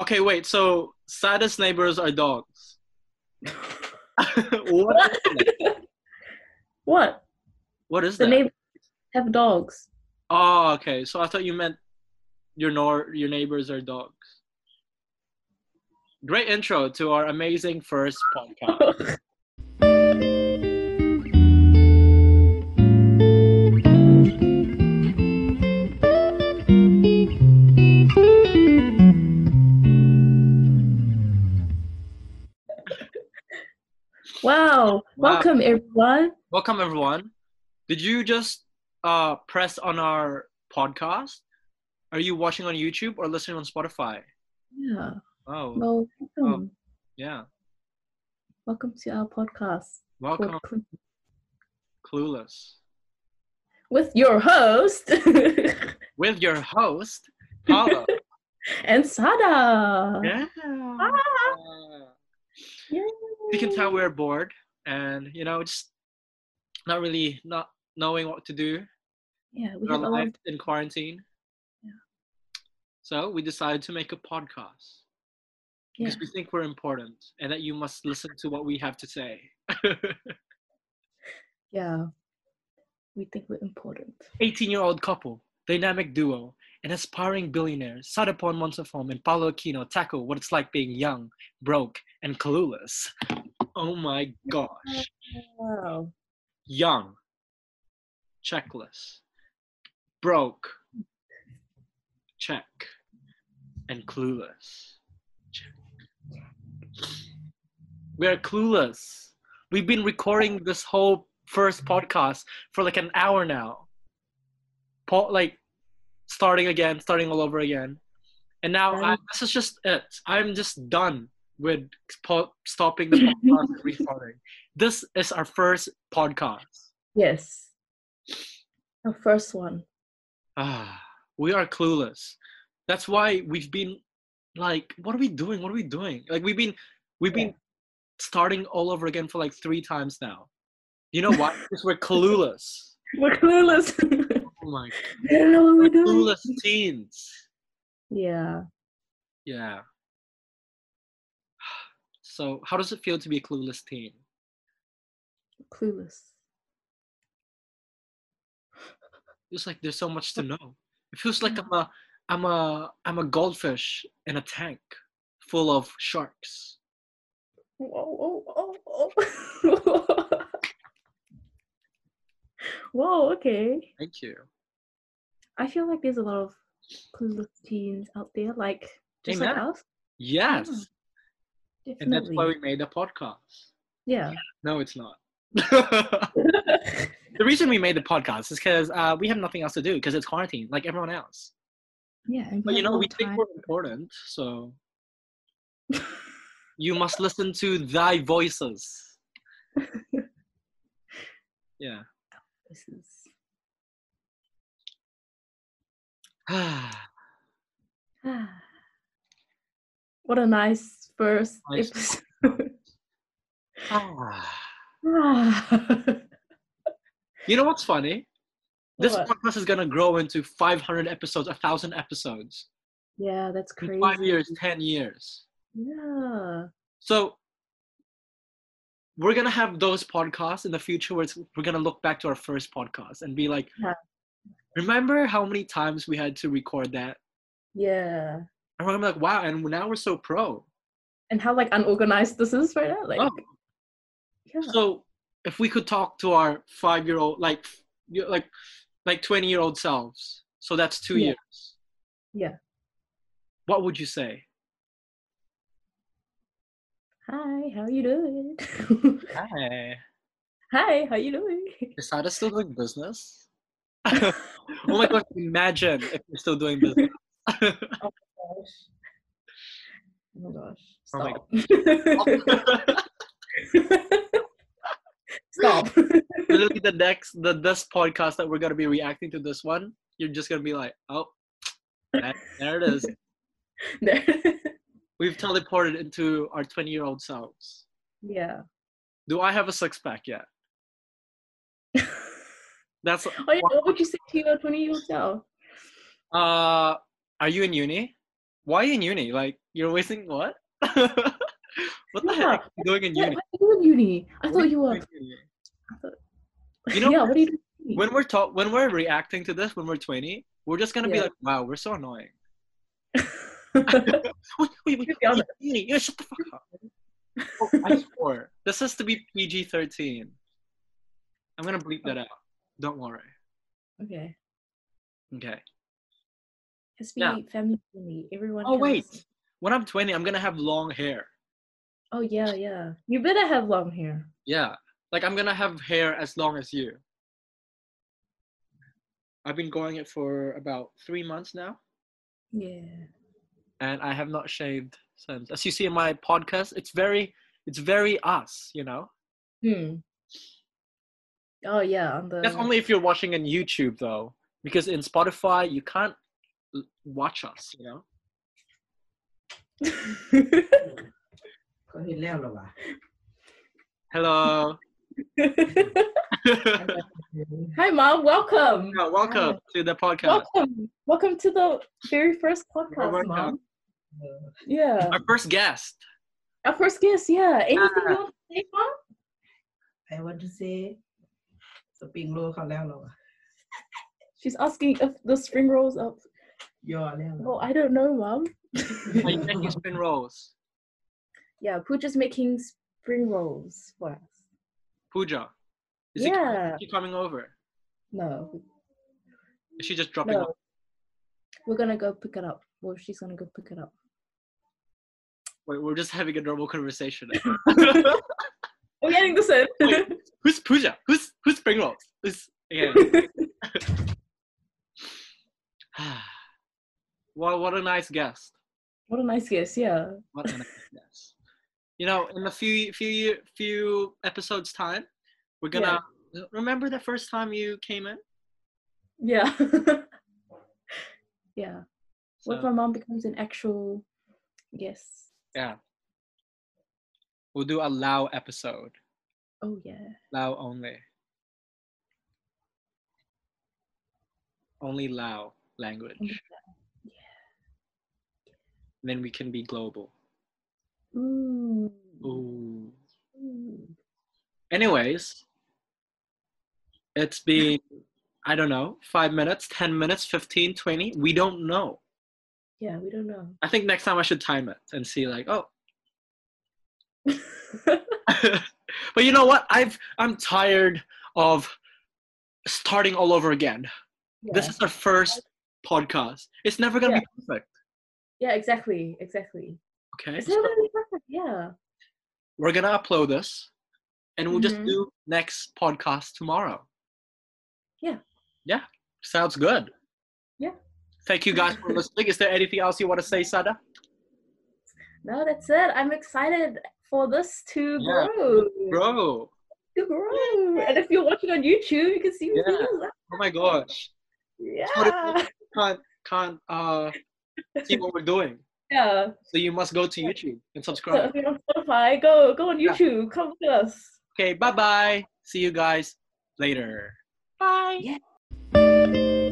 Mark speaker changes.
Speaker 1: Okay, wait. So saddest neighbors are dogs. what?
Speaker 2: What? what?
Speaker 1: What is
Speaker 2: The
Speaker 1: that?
Speaker 2: neighbors have dogs.
Speaker 1: oh, okay. So I thought you meant your nor your neighbors are dogs. Great intro to our amazing first podcast.
Speaker 2: wow. Welcome everyone.
Speaker 1: Welcome everyone. Did you just uh, press on our podcast? Are you watching on YouTube or listening on Spotify?
Speaker 2: Yeah.
Speaker 1: Oh,
Speaker 2: Well, welcome.
Speaker 1: yeah.
Speaker 2: Welcome to our podcast called
Speaker 1: Welcome,
Speaker 2: Clue-
Speaker 1: Clueless,
Speaker 2: with your host
Speaker 1: with your host Paula.
Speaker 2: and Sada.
Speaker 1: yeah.
Speaker 2: Ah.
Speaker 1: You can tell we're bored, and you know, just not really not knowing what to do
Speaker 2: Yeah, we
Speaker 1: with our
Speaker 2: have a lot
Speaker 1: life
Speaker 2: of-
Speaker 1: in quarantine.
Speaker 2: Yeah.
Speaker 1: So we decided to make a podcast
Speaker 2: yeah.
Speaker 1: because we think we're important, and that you must listen to what we have to say.
Speaker 2: yeah. We think we're important.
Speaker 1: 18 year old couple, dynamic duo, and aspiring billionaires, Sadapon Montefom and Paolo Aquino tackle what it's like being young, broke, and clueless. Oh my gosh.
Speaker 2: Wow.
Speaker 1: Young, checkless, broke, check, and clueless. Check. We're clueless. We've been recording this whole first podcast for like an hour now. Pa- like starting again, starting all over again. And now I,
Speaker 2: Right.
Speaker 1: this is just it. I'm just done with po- stopping the podcast and restarting. This is our first podcast.
Speaker 2: Yes. Our first one.
Speaker 1: Ah, we are clueless. That's why we've been like, what are we doing? What are we doing? Like we've been we've been starting all over again for like three times now. You know why? because we're clueless.
Speaker 2: We're clueless.
Speaker 1: Oh my
Speaker 2: we don't know what we're
Speaker 1: god.
Speaker 2: doing.
Speaker 1: Clueless teens.
Speaker 2: Yeah.
Speaker 1: Yeah. So how does it feel to be a clueless teen?
Speaker 2: Clueless.
Speaker 1: It's like there's so much to know. It feels like I'm a I'm a I'm a goldfish in a tank full of sharks.
Speaker 2: Whoa, whoa, whoa, whoa. whoa, okay.
Speaker 1: Thank you.
Speaker 2: I feel like there's a lot of clueless teens out there, like just like
Speaker 1: Amen.
Speaker 2: us.
Speaker 1: Yes.
Speaker 2: Definitely.
Speaker 1: And that's why we made a podcast.
Speaker 2: yeah.
Speaker 1: No, it's not. the reason we made the podcast is because uh, we have nothing else to do because it's quarantine, like everyone else.
Speaker 2: yeah. and
Speaker 1: But you
Speaker 2: have a
Speaker 1: know, we
Speaker 2: lot of
Speaker 1: think
Speaker 2: time.
Speaker 1: we're important, so you must listen to thy voices. yeah.
Speaker 2: This is- ah. what a nice first
Speaker 1: Nice.
Speaker 2: episode.
Speaker 1: you
Speaker 2: Ah.
Speaker 1: know what's funny? This
Speaker 2: What?
Speaker 1: podcast is gonna grow into 500 episodes, a thousand episodes
Speaker 2: yeah, that's
Speaker 1: in
Speaker 2: crazy.
Speaker 1: five years, ten years.
Speaker 2: Yeah.
Speaker 1: So we're gonna have those podcasts in the future where it's, we're gonna look back to our first podcast and be like,
Speaker 2: Yeah.
Speaker 1: remember how many times we had to record that?
Speaker 2: Yeah.
Speaker 1: And we're gonna be like, wow, and now we're so pro.
Speaker 2: And how like unorganized this is right now. Like
Speaker 1: Oh,
Speaker 2: yeah.
Speaker 1: so if we could talk to our five-year-old, like, you- like, like twenty-year-old selves, so that's two
Speaker 2: Yeah.
Speaker 1: years.
Speaker 2: Yeah.
Speaker 1: What would you say?
Speaker 2: Hi, how you doing?
Speaker 1: Hi.
Speaker 2: Hi, how you doing?
Speaker 1: Is Sada still doing business? oh my gosh! Imagine if you're still doing business.
Speaker 2: Oh my gosh.
Speaker 1: Oh my
Speaker 2: Stop. Stop.
Speaker 1: literally the next the this podcast that we're gonna be reacting to this one, you're just gonna be like, oh, that- there it is.
Speaker 2: There.
Speaker 1: We've teleported into our 20 year old selves.
Speaker 2: yeah.
Speaker 1: Do I have a six pack yet? That's uh,
Speaker 2: Oh, yeah. What would you say to your 20 year old self?
Speaker 1: uh, are you in uni? why in uni? Like you're wasting what? what the
Speaker 2: Yeah.
Speaker 1: heck are you doing in
Speaker 2: What,
Speaker 1: uni?
Speaker 2: what are you in uni? I
Speaker 1: What are
Speaker 2: thought you were.
Speaker 1: doing in uni?
Speaker 2: I thought,
Speaker 1: You know,
Speaker 2: yeah, what are you doing? in uni?
Speaker 1: When we're talk, when we're reacting to this, when we're 20, we're just gonna be
Speaker 2: Yeah.
Speaker 1: like, wow, we're so annoying.
Speaker 2: To
Speaker 1: Wait, wait, wait,
Speaker 2: be honest,
Speaker 1: uni, yeah, shut the fuck up. Oh, I swore. This has to be PG 13. I'm gonna bleep that out. Don't worry.
Speaker 2: okay.
Speaker 1: Okay.
Speaker 2: Has to be
Speaker 1: Yeah.
Speaker 2: family friendly. Everyone.
Speaker 1: Oh
Speaker 2: can
Speaker 1: wait.
Speaker 2: listen.
Speaker 1: When I'm 20, I'm gonna have long hair.
Speaker 2: Oh yeah, yeah. You better have long hair.
Speaker 1: Yeah. Like I'm gonna have hair as long as you. I've been growing it for about three months now,
Speaker 2: Yeah.
Speaker 1: and I have not shaved since. As you see in my podcast, it's very, it's very us, you know.
Speaker 2: Hmm. Oh yeah, on the.
Speaker 1: That's only if you're watching on YouTube though, because in Spotify you can't l- watch us, you know. Hello.
Speaker 2: Hi, mom. Welcome.
Speaker 1: Yeah, welcome to the podcast.
Speaker 2: Welcome. Welcome to the very first
Speaker 1: You're
Speaker 2: podcast,
Speaker 1: welcome.
Speaker 2: mom. Yeah.
Speaker 1: Our first guest.
Speaker 2: Our first guest. Yeah. Anything you want to say, mom?
Speaker 3: I want to say สปริงโลเขาแล้วเหรอวะ
Speaker 2: She's asking if the spring rolls up.
Speaker 3: ย่อแล้วเหรอ
Speaker 2: Oh, I don't know, mom.
Speaker 1: Are you making spin rolls?
Speaker 2: Yeah, Pooja's making spring rolls for us.
Speaker 1: Pooja. Is
Speaker 2: Yeah.
Speaker 1: she coming over?
Speaker 2: No,
Speaker 1: Is she just dropping off?
Speaker 2: no. We're gonna go pick it up. Well, she's gonna go pick it up.
Speaker 1: Wait, we're just having a normal conversation.
Speaker 2: We're getting this in.
Speaker 1: Wait. who's Pooja? Who's who's spring rolls? Who's Oh, yeah. what what a nice guest.
Speaker 2: what a nice guest. Yeah.
Speaker 1: What a nice guest. You know, in a few few year- few episodes time, we're gonna remember the first time you came in.
Speaker 2: Yeah. yeah. What if
Speaker 1: So,
Speaker 2: my mom becomes an actual guest?
Speaker 1: yeah. We'll do a Lao episode.
Speaker 2: Oh yeah.
Speaker 1: Lao only. Only Lao language.
Speaker 2: Only
Speaker 1: Then we can be global.
Speaker 2: Ooh.
Speaker 1: Ooh.
Speaker 2: Ooh.
Speaker 1: Anyways, it's been, I don't know, five minutes, 10 minutes, 15, 20. We don't know.
Speaker 2: Yeah, we don't know.
Speaker 1: I think next time I should time it and see, like, oh. but you know what? I've, I'm tired of starting all over again. This
Speaker 2: Yeah.
Speaker 1: is our first podcast. It's never going to be perfect.
Speaker 2: yeah, exactly, exactly.
Speaker 1: Okay.
Speaker 2: It's never gonna be perfect. Yeah.
Speaker 1: we're gonna upload this and we'll just
Speaker 2: Mhm.
Speaker 1: do next podcast tomorrow
Speaker 2: Yeah.
Speaker 1: yeah sounds good
Speaker 2: Yeah.
Speaker 1: thank you guys for listening is there anything else you want to say sada
Speaker 2: No, that's it. I'm excited for this to
Speaker 1: Yeah.
Speaker 2: grow.
Speaker 1: bro
Speaker 2: To grow. And if you're watching on YouTube, you can see me.
Speaker 1: Yeah. oh my gosh
Speaker 2: Yeah.
Speaker 1: can't can't uh see what we're doing
Speaker 2: Yeah.
Speaker 1: so you must go to youtube and
Speaker 2: So
Speaker 1: subscribe
Speaker 2: if you're on Spotify, go go on
Speaker 1: Yeah.
Speaker 2: YouTube. Come with us.
Speaker 1: okay bye bye see you guys later bye
Speaker 2: Yeah.